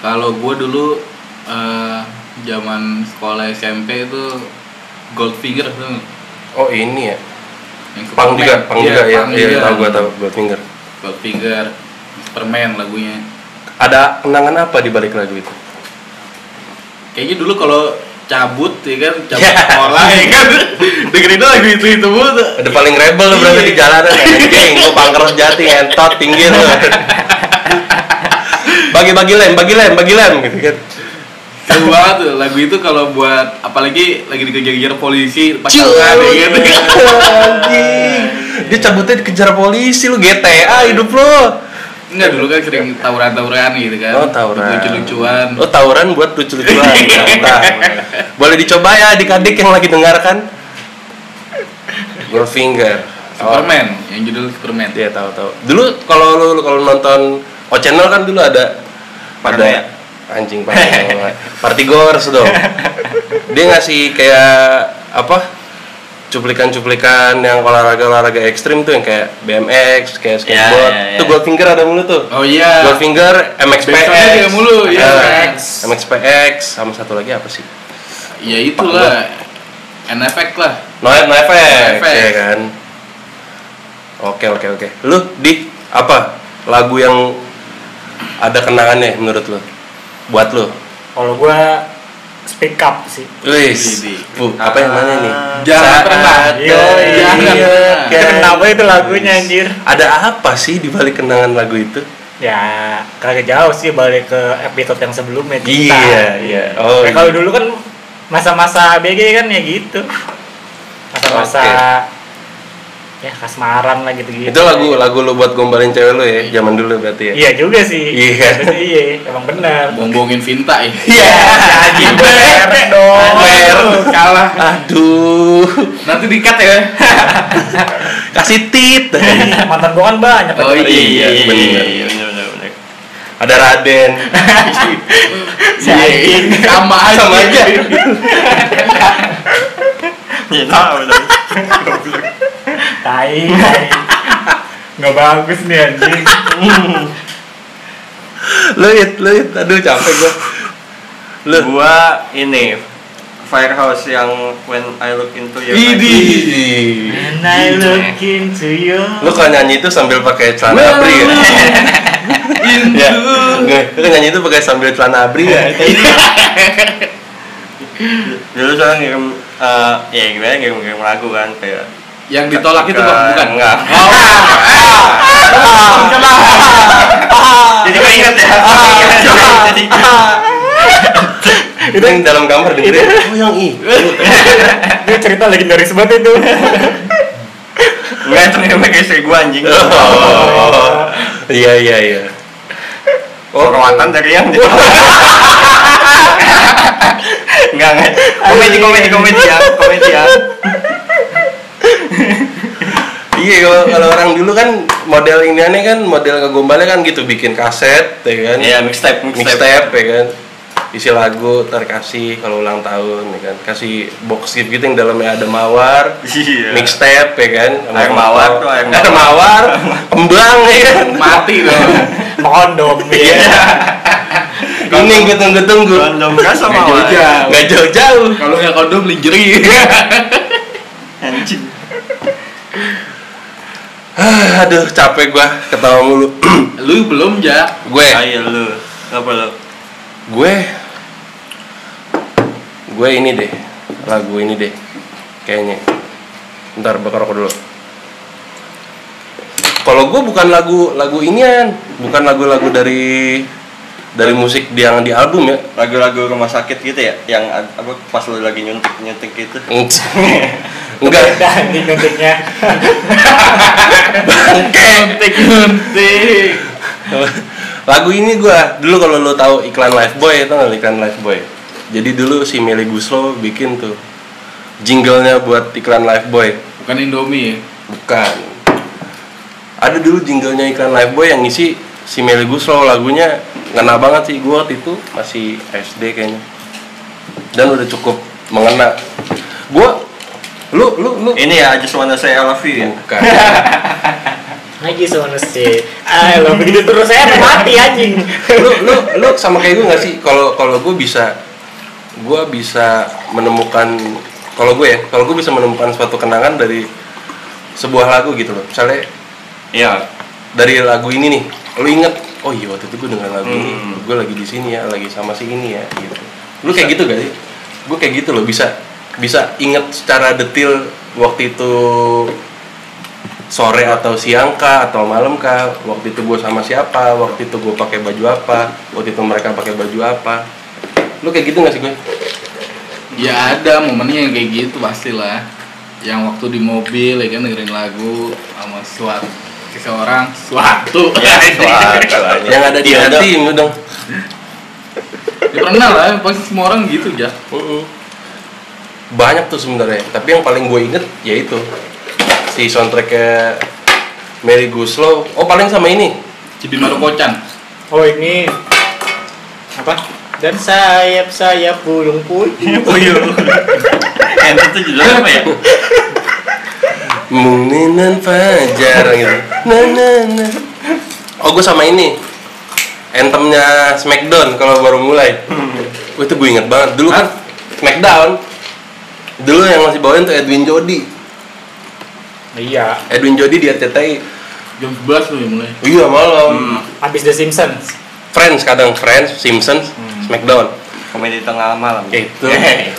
B: Kalau gue dulu eh, zaman sekolah SMP itu Goldfinger tuh
A: oh ini ya
B: yang
A: pang
B: Superman.
A: juga pang
B: Iya,
A: juga ya
B: Pang
A: iya
B: juga.
A: tahu gue tahu Goldfinger
B: Goldfinger, Superman lagunya.
A: ada kenangan apa di balik lagu itu
B: Kayaknya dulu kalau cabut ya kan cabut
A: Ya.
B: sekolah ya kan dengerin lagu itu itu mulu tuh.
A: Udah paling rebel lu berarti di jalanan anjing, lu pangker jati entot pinggir lu. Bagi-bagi lem, bagi lem, bagi lem gitu kan.
B: seru banget tuh lagu itu kalau buat apalagi lagi dikejar-kejar polisi pas
A: Cuy,
B: tangan ya gitu
A: anjing. Dia cabutnya dikejar polisi lu GTA hidup lu.
B: Enggak dulu kan sering tawuran-tawuran gitu kan
A: Oh tawuran.
B: lucu-lucuan
A: Oh tawuran buat lucu-lucuan. Mantap. Boleh dicoba ya adik-adik yang lagi dengarkan. Goldfinger. Oh,
B: Superman yang judul Superman
A: Iya tahu tahu. Dulu kalau lu lu kalau nonton O Channel kan dulu ada pada
D: Paranoia.
A: anjing paranoia. Partigors dong. Dia ngasih kayak apa? cuplikan-cuplikan yang olahraga-olahraga ekstrim tuh yang kayak BMX, kayak
D: Ya,
A: skateboard.
D: ya, ya.
A: Tuh Goldfinger ada mulu tuh.
B: Oh iya
A: Goldfinger,
B: Besoknya dia
A: MXPX.
B: mulu,
D: iya,
B: ya.
A: Eh, MXPX sama satu lagi apa sih?
B: Ya itulah NFX lah
A: No, no effect,
B: No effect.
A: ya kan. Oke oke oke. Lu di apa lagu yang ada kenangannya menurut lu? Buat lu?
C: Kalau gue speak up sih.
A: Wis.
B: Di- di.
A: Bu, apa yang mana nih?
B: Jangan pernah.
C: Yo, iya.
A: Iya,
C: Kenapa itu lagunya anjir?
A: Ada apa sih di balik kenangan lagu itu?
C: Ya, kagak jauh sih balik ke episode yang sebelumnya cinta.
A: Iya, iya. Oh, iya.
C: Ya, kalau dulu kan masa-masa BG kan ya gitu. Masa-masa ya kasmaran lah gitu-gitu.
A: Itu lagu lagu lu buat gombalin cewek lu ya, zaman dulu berarti ya.
C: Iya juga sih.
A: Iya.
C: Tapi Iya, emang benar.
B: Bongbongin Nah, Vinta ya
A: Iya, anjing.
C: Bener dong.
A: Oh, Bener.
B: Iya, Kalah
A: Aduh,
B: Nanti dikat ya
A: kasih tit.
C: Mantan gua kan banyak.
B: Oh iya iya iya
A: bener.
B: iya,
D: bener bener bener
A: Ada Raden.
C: Si anjing.
B: Iya, Sama aja
A: Sama aja.
D: Iya, tahu dong.
C: Tai, tai. Nggak bagus nih anjing.
A: Luit, luit. Aduh, capek gua. Lu.
D: gua ini firehouse yang when I look into
B: Iya,
D: your eyes.
A: Idi.
C: And I look into you.
A: Iya. Lu kalau nyanyi itu sambil pakai celana
B: Iya,
A: abri ya? Ya. Nggak, Lu kan nyanyi itu pakai sambil celana abri ya?
D: dulu saya ngirim eh, ya gimana ngirim ngirim lagu kan kayak
B: Yang ditolak itu bukan bukan Oh,
D: enggak jadi gua ingat ya jadi
A: Itu yang dalam kamar dengerin. Oh, yang i.
C: Ini cerita legendaris banget itu.
D: enggak itu ngirim ke istri gua anjing
A: Oh. Iya, iya, iya. Oh,
D: Hormatan dari yang di- Enggak, enggak. Komedi, komedi, komedi ya, komedi ya.
A: Iya kalau, kalau orang dulu kan model ini aneh kan model kegombalnya kan gitu bikin kaset ya kan.
D: Iya, mixtape, mixtape.
A: mixtape ya kan. Isi lagu ntar kasih kalau ulang tahun ya kan. Kasih box gift gitu yang dalamnya ada mawar,
D: Iya.
A: mixtape ya kan. sama
D: Air
A: foto.
D: mawar tuh, air
A: air mawar, kembang ya kan.
B: Mati loh
C: Kondom
D: Iya.
A: Iya,
C: ya.
A: Ini gue tunggu-tunggu.
D: Belum kerasa
B: Nggak
D: mawar.
B: jauh-jauh.
A: Gak jauh-jauh.
B: Kalau nggak kondom lingerie
A: Iya.
D: Anjing.
A: Ah, Aduh capek gua ketawa mulu.
B: Lu belum ya
A: gue
D: Ayo lu. Apa lu?
A: gue gue ini deh lagu ini deh kayaknya ntar bakar rokok dulu kalau gue bukan lagu lagu inian bukan lagu-lagu dari dari musik yang di album ya
D: lagu-lagu rumah sakit gitu ya yang ad- apa pas lu lagi nyuntik nyuntik gitu
A: enggak
C: dan di nyuntiknya
B: Nuntik nuntik.
A: lagu ini gua dulu kalau lo tahu iklan Lifebuoy itu nggak iklan Lifebuoy jadi dulu si Meli Guslo bikin tuh jinglenya buat iklan Lifebuoy
B: Bukan Indomie ya.
A: bukan ada dulu jinglenya iklan Lifebuoy yang ngisi si Meli Guslo lagunya ngena banget sih gua waktu itu masih SD kayaknya dan udah cukup mengena gua lu lu lu
D: ini ya I just wanna say I love you ya
A: bukan
C: Haji soalnya sih ah lo begitu terus saya mau mati anjing
A: lu lu lu sama kayak gue nggak sih kalau kalau gue bisa gue bisa menemukan kalau gue ya kalau gue bisa menemukan suatu kenangan dari sebuah lagu gitu loh misalnya
D: iya
A: dari lagu ini nih lu inget oh iya waktu itu gue dengar lagu ini
D: Hmm.
A: gue lagi di sini ya lagi sama si ini ya gitu lu kayak gitu gak sih gue kayak gitu loh bisa bisa inget secara detail waktu itu sore atau siang kah atau malam kah waktu itu gue sama siapa waktu itu gue pakai baju apa waktu itu mereka pakai baju apa lu kayak gitu gak sih gue
B: Ya ada momennya yang kayak gitu pastilah. Yang waktu di mobil ya kan dengerin lagu sama suatu seseorang suatu.
D: Ya,
A: yang ada
D: Iya,
A: di hati lu dong
B: Ya pernah lah, pasti semua orang gitu ya.
A: banyak tuh sebenarnya tapi yang paling gue inget yaitu si soundtracknya Mary Guslow oh paling sama ini
B: Cibi Maru Kocan.
C: oh ini apa dan sayap sayap burung puyuh
D: puyuh and itu judulnya apa ya
A: Muminan Fajar gitu na na na oh gue sama ini entemnya Smackdown kalau baru mulai Wah, itu gue inget banget dulu kan Smackdown dulu yang masih bawain tuh Edwin Jody
C: iya
A: Edwin Jody di RCTI
B: Jam 11 tuh ya mulai.
A: iya malam
C: habis The Simpsons
A: Friends kadang Friends Simpsons Smackdown
D: komedi tengah malam
A: itu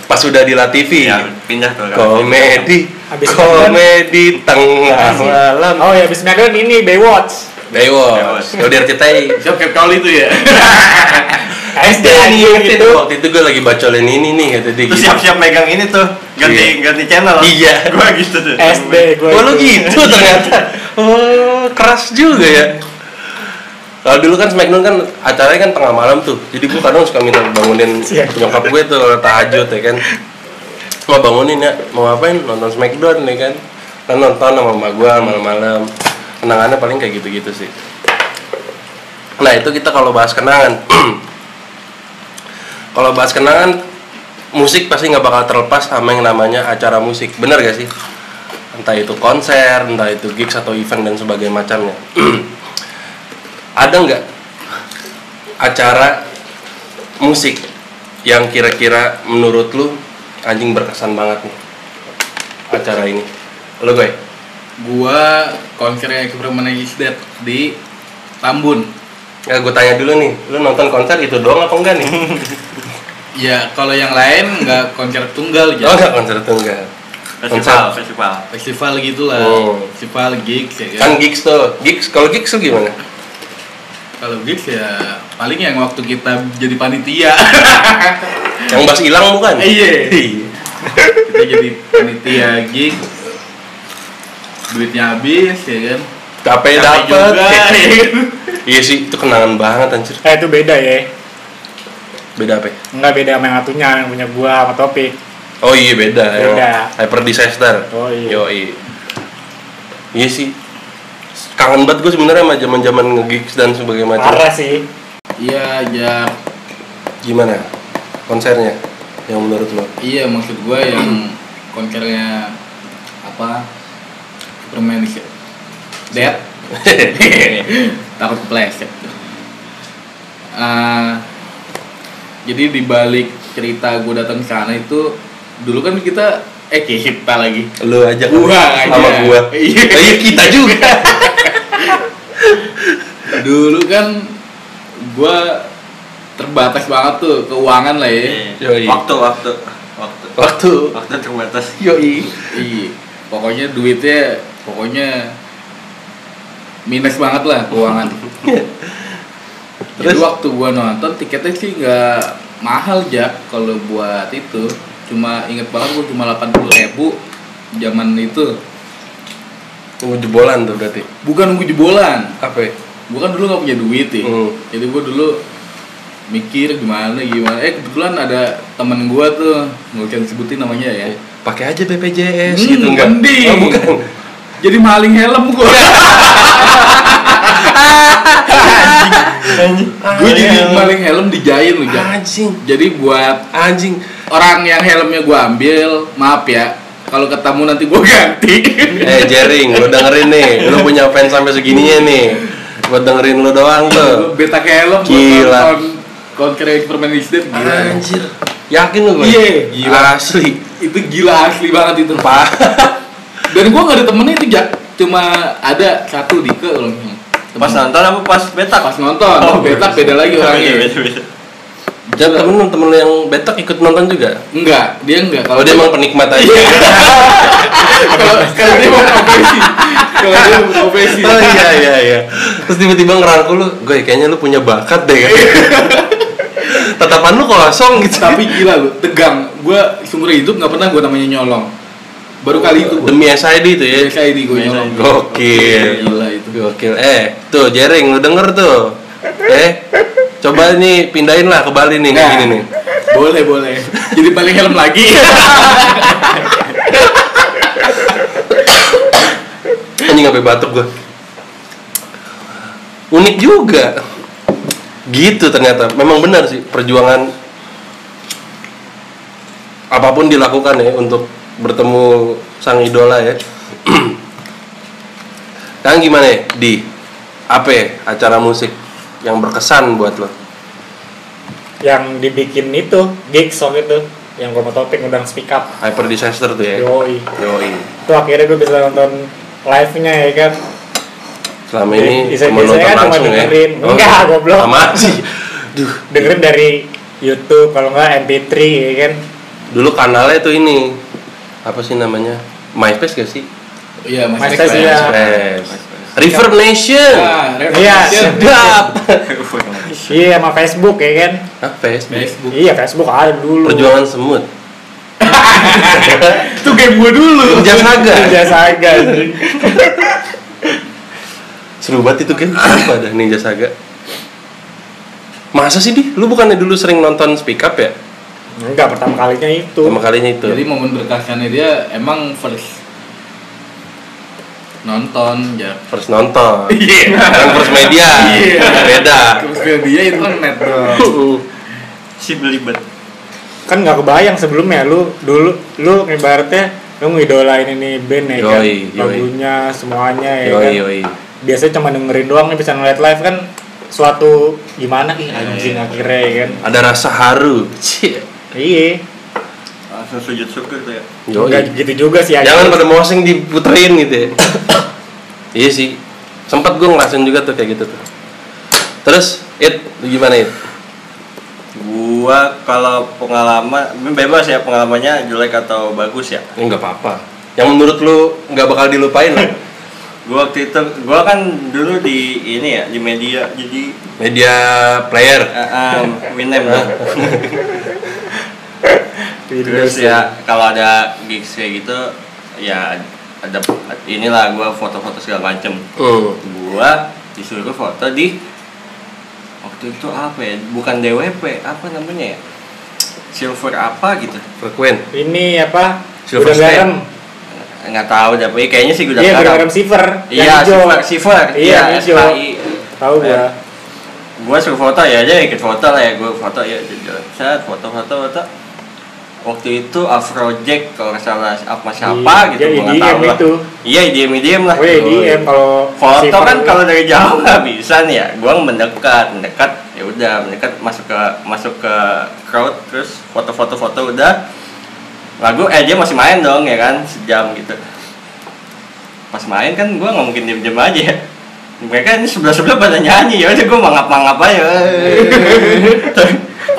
A: pas sudah di La TV
D: ya pindah tuh
A: Komedi,
C: Habis
A: komedi
C: Iya,
A: tengah malam.
C: oh ya habis Smackdown ini Baywatch
A: Dewa, kalau di RCTI.
B: Siap kayak kali itu ya.
C: SD anjing
A: Waktu itu,
C: gitu
A: waktu itu gue lagi bacolin ini nih kata dia.
D: Terus
A: gitu.
D: siap-siap megang ini tuh ganti ganti channel
A: Iya.
D: gua gitu tuh
C: SD gue
A: Oh lu gitu ternyata. Oh keras juga ya. Kalau dulu kan Smackdown kan acaranya kan tengah malam tuh, jadi gue kadang suka minta bangunin
C: Siap.
A: nyokap gue tuh kalau tahajud ya kan. Mau bangunin ya, mau ngapain? Nonton Smackdown ya kan. Kan nonton sama mama gue malam-malam. Kenangannya paling kayak gitu-gitu sih. Nah itu kita kalau bahas kenangan, kalau bahas kenangan musik pasti nggak bakal terlepas sama yang namanya acara musik, bener gak sih? Entah itu konser, entah itu gigs atau event dan sebagainya macamnya. Ada nggak acara musik yang kira-kira menurut lu anjing berkesan banget nih acara ini? Lo gue?
B: Gua konsernya eksperimen Is Dead di Tambun.
A: Ya gue tanya dulu nih, lu nonton konser itu doang apa enggak nih?
B: Ya kalau yang lain nggak konser
A: Oh
B: tunggal ya.
A: enggak Kan konser tunggal.
D: festival festival
B: Festival gitulah.
A: Oh.
B: Festival gigs ya kan.
A: Kan gigs tuh, gigs kalau gigs tuh gimana?
B: Kalau gigs ya paling yang waktu kita jadi panitia.
A: Yang bas hilang bukan?
B: Iya. kita jadi panitia gigs. Duitnya habis ya kan.
A: Capek
B: Capek
A: dapet.
B: juga, ya kan?
A: iya sih, itu kenangan banget anjir.
C: eh itu beda ya
A: Beda apa? ya?
C: Enggak beda sama yang atunya yang punya gua sama Topik
A: Oh iya beda. emang.
C: Beda.
A: Hyper disaster.
C: Oh, iya.
A: Yoi. Iya sih. Kangen banget gue sebenarnya sama zaman-zaman nge-gigs dan sebagainya macam.
C: parah sih
B: Iya ya.
A: Gimana? Konsernya yang menurut lo?
B: Iya maksud gua yang konsernya apa? Eksperimen Is Dead. takut kepleset Eh, jadi di balik cerita gue datang ke sana itu dulu kan kita eh kita lagi
A: lo aja kan?
B: Gua
A: sama
B: aja.
A: gua.
B: Iya.
A: Lah, Iya kita juga.
B: dulu kan gue terbatas banget tuh keuangan lah ya
A: Yoi.
D: Iya. waktu waktu
A: waktu
D: waktu terbatas
A: yoi
B: Iya, pokoknya duitnya pokoknya minus banget lah keuangan. Jadi
A: Terus?
B: waktu gua nonton tiketnya sih nggak mahal jak kalau buat itu. Cuma inget banget gua cuma 80.000 zaman itu.
A: tunggu Oh, jebolan tuh berarti
B: Bukan gue jebolan,
A: apa ya?
B: gua kan dulu nggak punya duit ya.
A: Hmm.
B: Jadi gua dulu mikir gimana gimana. Eh kebetulan ada temen gua tuh nggak usah disebutin namanya ya.
A: pakai aja BPJS
B: Hmm,
A: gitu enggak
B: mending.
A: oh, bukan
B: Jadi maling helm gua. gue jadi maling helm dijahit lu Jack.
A: anjing
B: jadi buat
A: anjing
B: orang yang helmnya gue ambil maaf ya kalau ketemu nanti gue ganti
A: eh Jering lu dengerin nih lu punya fans sampai segininya nih buat dengerin lu doang
B: Gua
A: tuh
B: beta ke helm buat
A: Gila.
B: nonton Conquer Experiment Incident gila
A: anjir yakin lu gue
B: Iya.
A: gila asli
B: itu gila asli banget itu
A: pak
B: dan gue gak ada temennya itu Jack cuma ada satu Dike kalau nggak salah. Temen.
D: pas nonton apa pas Iya, betak
B: pas Iya. nonton
D: Oh,
B: beta beda lagi orangnya
D: Beda, beda, beda.
A: dan temen temen lu yang betak ikut nonton juga
B: enggak dia enggak
A: kalau Oh, dia emang penikmat aja
B: Iya. kalau kalau dia mau profesi kalau dia mau profesi
A: oh iya iya iya terus tiba-tiba ngerangkul lu gue kayaknya lu punya bakat deh
B: Iya.
A: tatapan lu kosong gitu
B: tapi gila lu tegang gue seumur hidup nggak pernah gue namanya nyolong baru kali itu gue
A: demi SID itu ya
B: kayak di gue nyolong
A: Gokil.
B: gila itu
A: Gokil. Eh, tuh Jering lu denger tuh. Eh, coba nih pindahin lah ke Bali nih kayak
B: Nah.
A: gini nih.
B: boleh boleh jadi paling helm lagi
A: Anjing sampai batuk gua. Unik juga. Gitu ternyata. Memang benar sih perjuangan apapun dilakukan ya untuk bertemu sang idola ya. Sekarang gimana ya, Di? Apa ya acara musik yang berkesan buat lo?
C: yang dibikin itu gigs waktu itu yang gue mau topik ngundang speak up
A: Hyper Disaster tuh ya.
C: yoi
A: Yoi.
C: itu akhirnya gue bisa nonton live nya ya kan
A: Selama ini
C: Bisa-
A: cuma nonton
C: biasanya kan cuma
A: langsung ya?
C: dengerin. Enggak, goblok.
A: Sama sih. Duh,
C: dengerin dari YouTube kalau nggak MP3 ya kan
A: dulu kanalnya tuh ini apa sih namanya? MySpace gak sih?
B: iya
C: Mas
B: mas
C: Tes, iya.
A: MySpace. Reverb Nation.
B: Ya. Ah,
C: Iya,
A: Sedap.
C: iya sama Facebook ya kan
A: Hah, Facebook.
B: Facebook
C: iya Facebook ada dulu
A: Perjuangan semut.
B: itu game gue dulu
A: Ninja Saga.
C: Ninja Iya, Saga
A: Seru banget itu game. Apa dah Ninja Saga? Masa sih di? Lu bukannya dulu sering nonton Speak Up ya?
C: enggak pertama kalinya itu
A: Sama kalinya itu.
B: jadi momen berkasnya dia emang first nonton ya
A: First nonton.
B: iya
A: Yang first media.
B: Iya.
A: Beda.
B: terus dia- dia internet bro
D: si belibet
C: kan nggak kebayang sebelumnya lu dulu lu ibaratnya lu ngidolain ini band ya kan
A: Yoi, yoi.
C: lagunya semuanya ya kan
A: Yoi, yoi.
C: biasanya cuma dengerin doang nih bisa ngeliat live kan suatu gimana ih anjing akhirnya ya kan
A: Ada rasa haru. Cie.
C: iya
D: langsung sujud syukur tuh ya
A: Yoi.
C: nggak gitu juga sih
A: Jangan
C: akhirnya.
A: pada mosing diputerin gitu ya. iya sih. Sempat gue ngerasain juga tuh kayak gitu tuh. Terus, It, lu gimana It?
D: gua kalau pengalaman bebas ya pengalamannya jelek atau bagus ya
A: Ya nggak apa-apa. Yang menurut lu nggak bakal dilupain lah.
D: gua waktu itu gua kan dulu di ini ya di media jadi
A: Media player.
D: eh, em, winem lah
C: Gitu
D: terus
C: sih.
D: ya kalau ada gigs kayak gitu ya ada inilah gua foto-foto segala macem
A: Hmm.
D: gua disuruh foto di waktu itu apa ya bukan DWP apa namanya ya silver apa gitu
A: Frekuen.
C: ini apa
A: Silver
C: udah
A: Stain.
C: garam
D: nggak tahu dah pokoknya kayaknya sih gudang
C: iya udah
D: garam
C: garam silver
D: iya
C: yang hijau
D: silver Iya. silver
C: Iya, yang hijau.
D: SKI
C: tahu gua
D: gua suruh foto ya aja ikut foto lah ya gua foto ya jalan set foto foto foto waktu itu Afrojack kalau nggak salah apa siapa
C: Iya,
D: gitu
C: dia
D: gua nggak
C: IDM
D: tahu lah
C: itu.
D: iya idm idm lah
C: oh iya di em kalau
D: foto
C: silver
D: kan
C: itu.
D: kalau dari jauh nggak bisa nih ya gua mendekat mendekat ya udah mendekat masuk ke masuk ke crowd terus foto-foto foto udah lagu eh dia masih main dong ya kan sejam gitu pas main kan gua nggak mungkin diem-diem aja ya mereka ini sebelah sebelah pada nyanyi ya udah gua mangap mangap aja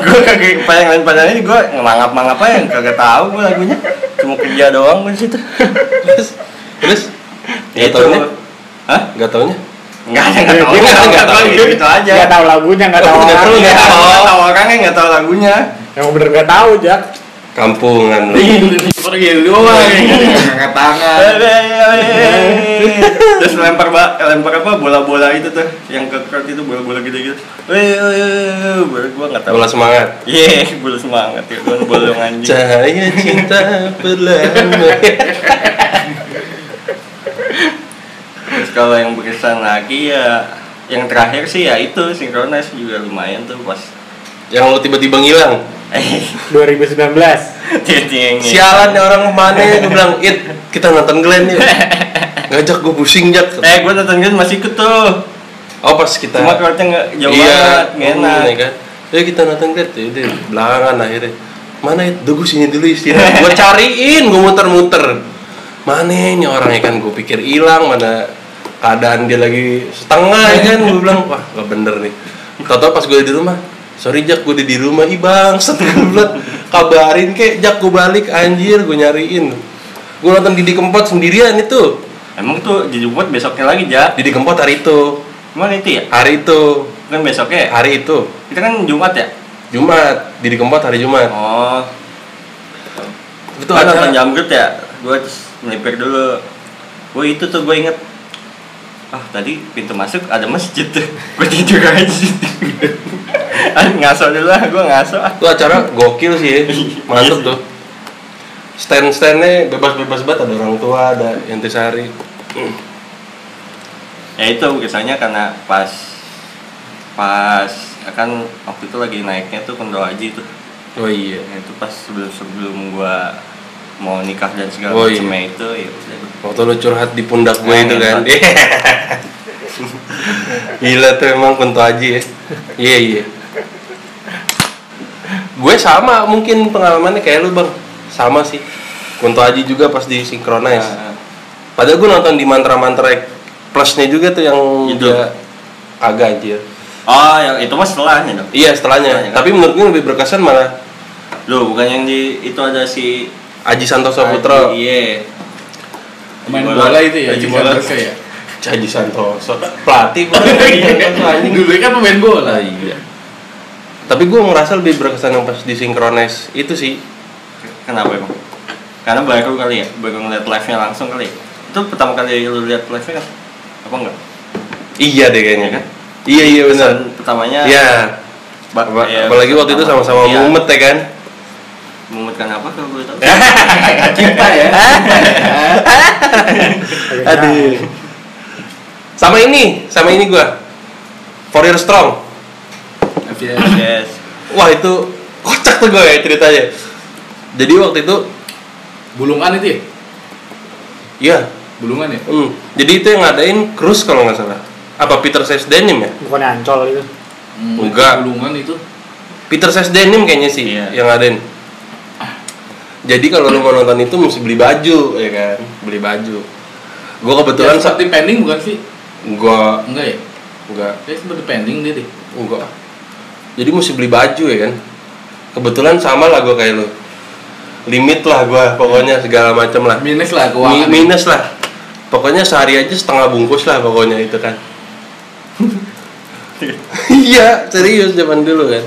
D: gue kagak pengen lain padahal ini gue ngelangap mangap aja yang kagak tahu gue lagunya cuma kerja doang gue di situ
A: terus terus nggak
D: itu
A: taunya
D: Hah?
A: nggak taunya
D: nggak ada nggak tahu nggak
A: Nggak
D: tahu
A: tahu,
D: nggak tahu
A: nggak
D: gitu,
A: tahu.
D: gitu aja
C: nggak tahu lagunya nggak tahu
A: Nggak tahu,
C: orangnya
D: nggak
A: Nggak
D: tahu nggak tahu orangnya nggak tahu lagunya
C: emang bener nggak tahu jak
A: kampungan
D: Iya.
A: lu
B: pergi doang angkat tangan
D: terus lempar ba lempar apa bola-bola itu tuh yang ke crowd itu bola-bola gede-gede wih wih, wih wih gue nggak tahu
A: bola semangat
D: Iya, bola semangat ya, gue bolong
A: Iya.
D: anjing.
A: Cahaya cinta perlahan
D: Terus kalau yang berkesan lagi ya, yang terakhir sih ya itu sinkronis juga lumayan tuh pas.
A: Yang lo tiba-tiba ngilang
D: Eh,
C: 2019
D: tiang
A: Sialan ya orang kemana Gue bilang, It, kita nonton Glenn yuk Ngajak gue pusing, Jak
D: Eh, gue nonton kan masih ikut tuh.
A: Oh pas kita
D: Cuma crowdnya nggak jauh banget, nggak
A: hmm,
D: enak.
A: ya kan? Yuk kita nonton Glenn Yuk deh, belakangan akhirnya Mana itu, gue sini dulu ya, istirahat Gue cariin, gue muter-muter Mana ini orang ya kan, gue pikir hilang Mana keadaan dia lagi setengah ya kan Gue bilang, wah gak bener nih Tau-tau pas gue di rumah Sorry Jak, gue udah di rumah Ih bang, bulan Kabarin kek, Jak gue balik Anjir, gue nyariin Gue nonton Didi Kempot sendirian itu
D: Emang tuh dijemput besoknya lagi ja.
A: Didi Kempot hari itu
D: Mana itu ya?
A: Hari itu eh,
D: Kan besoknya ya?
A: Hari itu
D: Kita kan Jumat ya?
A: Jumat, Didi Kempot hari Jumat.
D: Oh,
A: Iya. Itu
D: itu ada
A: acara
D: kan jamret ya gue melipir dulu gue itu tuh gue inget ah tadi pintu masuk ada masjid tuh gue tidur aja di situ ah ngaso dulu lah gue ngaso ah
A: Itu acara gokil sih, ya. mantep tuh. Stand-standnya bebas-bebas banget, ada orang tua, ada Yantisari.
D: ya itu biasanya karena pas pas kan waktu itu lagi naiknya tuh kondo haji tuh
A: Oh iya.
D: Ya, itu pas sebelum sebelum gue mau nikah dan segala
A: Oh, iya.
D: macamnya itu ya udah gua
A: Waktu lu curhat di pundak gue
D: Nah,
A: itu kan.
D: hebat.
A: Gila tuh emang Kunto Aji ya. Iya iya. Gue sama mungkin pengalamannya kayak lu bang. Sama sih. Kunto Aji juga pas di Synchronize.
D: Nah,
A: Padahal gue nonton di Mantra Mantra Plusnya juga tuh yang
D: Gitu.
A: dia agak anjir.
D: oh yang itu mah setelahnya dong
A: Iya setelahnya.
D: Setelahnya, kan?
A: Tapi menurut gue lebih berkesan malah
D: lo bukan yang di itu ada si
A: Aji Santoso Putra.
D: Haji, iya
B: main bola itu ya Haji
D: Haji bola.
B: Santoso ya
A: Aji Santoso pelatih gua. Aji Santoso, anjing.
B: dulu kan pemain bola
A: Lah, iya. Tapi gue ngerasa lebih berkesan yang pas di Synchronize itu sih.
D: Kenapa emang? Karena baru kali ya, baru ngeliat live-nya langsung kali ya? Itu pertama kali lu lihat live-nya kan? Apa enggak?
A: Iya deh
D: Iya
A: kayaknya.
D: kan?
A: Iya iya benar.
D: Kesan pertamanya
A: Iya.
D: ba-
A: Apa-
D: ya,
A: Apalagi waktu itu
D: pertama.
A: sama-sama
D: Iya.
A: mumet ya kan.
D: Mumet kenapa kalau gue tahu?
A: Iya.
B: cinta ya
A: Aduh. Sama ini, sama ini gue. For Your Strong.
B: Tapi ya,
D: Yes
A: Wah itu kocak tuh gue ya ceritanya. Jadi waktu itu,
B: bulungan itu ya
A: ya
B: bulungan ya
A: Hmm, jadi itu yang ngadain Cruz kalau nggak salah. Apa Peter Sesdenim ya?
C: bukan ancol itu
B: Hmm,
A: Enggak.
B: bulungan itu
A: Peter Sesdenim kayaknya sih
D: Iya.
A: yang ngadain. Jadi kalau lu mau nonton itu mesti beli baju, ya kan? Beli baju. Gua kebetulan
B: ya,
A: sa-
B: seperti pending bukan sih
A: gua
B: enggak ya
A: enggak
B: kayak seperti pending dia deh
A: enggak. Jadi mesti beli baju ya kan? Kebetulan sama lah gua kayak lu. Limit lah gua pokoknya segala macam lah.
B: minus
A: Mi-
B: lah keuangan
A: minus lah pokoknya sehari aja setengah bungkus lah pokoknya itu kan iya serius zaman dulu kan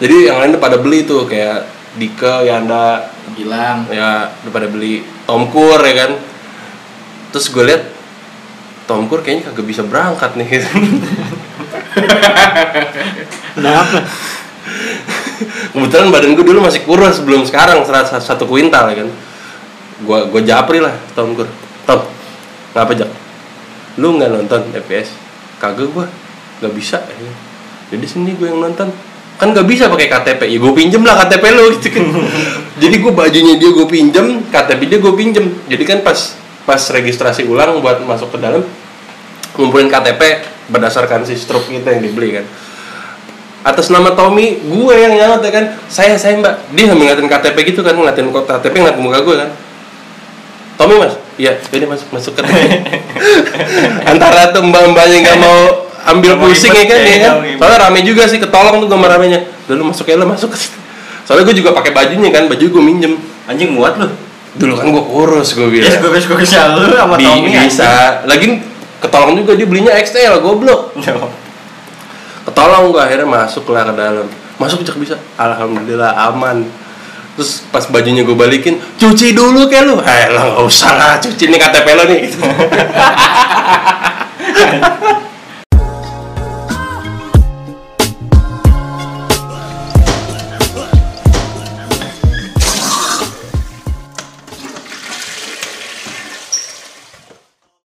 A: jadi yang lain udah pada beli tuh kayak Dika, Yanda,
B: hilang
A: ya udah pada beli Tomkur ya kan terus gue liat Tomkur kayaknya kagak bisa berangkat nih
C: kenapa
A: kebetulan badan gue dulu masih kurus sebelum sekarang serat- satu kuintal ya kan gue gue japri lah Tom Kur Tom ngapa jak lu nggak nonton FPS kagak gue nggak bisa ya kan? jadi sini gue yang nonton kan nggak bisa pakai KTP ya gue pinjem lah KTP lu gitu kan jadi gue bajunya dia gue pinjem KTP dia gue pinjem jadi kan pas pas registrasi ulang buat masuk ke dalam ngumpulin KTP berdasarkan si struk itu yang dibeli kan atas nama Tommy gue yang nyaut ya kan saya saya mbak dia sambil ngeliatin KTP gitu kan ngeliatin ko- KTP ngeliatin muka gue kan Tommy mas iya ini masuk masuk ke antara tuh mbak mbaknya nggak mau ambil
C: Emang
A: pusing ya
C: ribet
A: kan
C: ya,
A: ya kan
C: emang ribet.
A: soalnya rame juga sih ketolong tuh gambar ramenya lalu masuk ya lah masuk soalnya gue juga pakai bajunya kan baju gue minjem
D: anjing muat lu
A: dulu kan gue kurus gue bilang
D: ya gue gue lu sama
A: Bi-
D: Tommy anjing.
A: bisa lagi ketolong juga dia belinya XL goblok ketolong gue akhirnya masuk lah ke dalam masuk cek bisa alhamdulillah aman terus pas bajunya gue balikin cuci dulu kayak lu eh lah nggak usah lah cuci nih KTP lo nih gitu.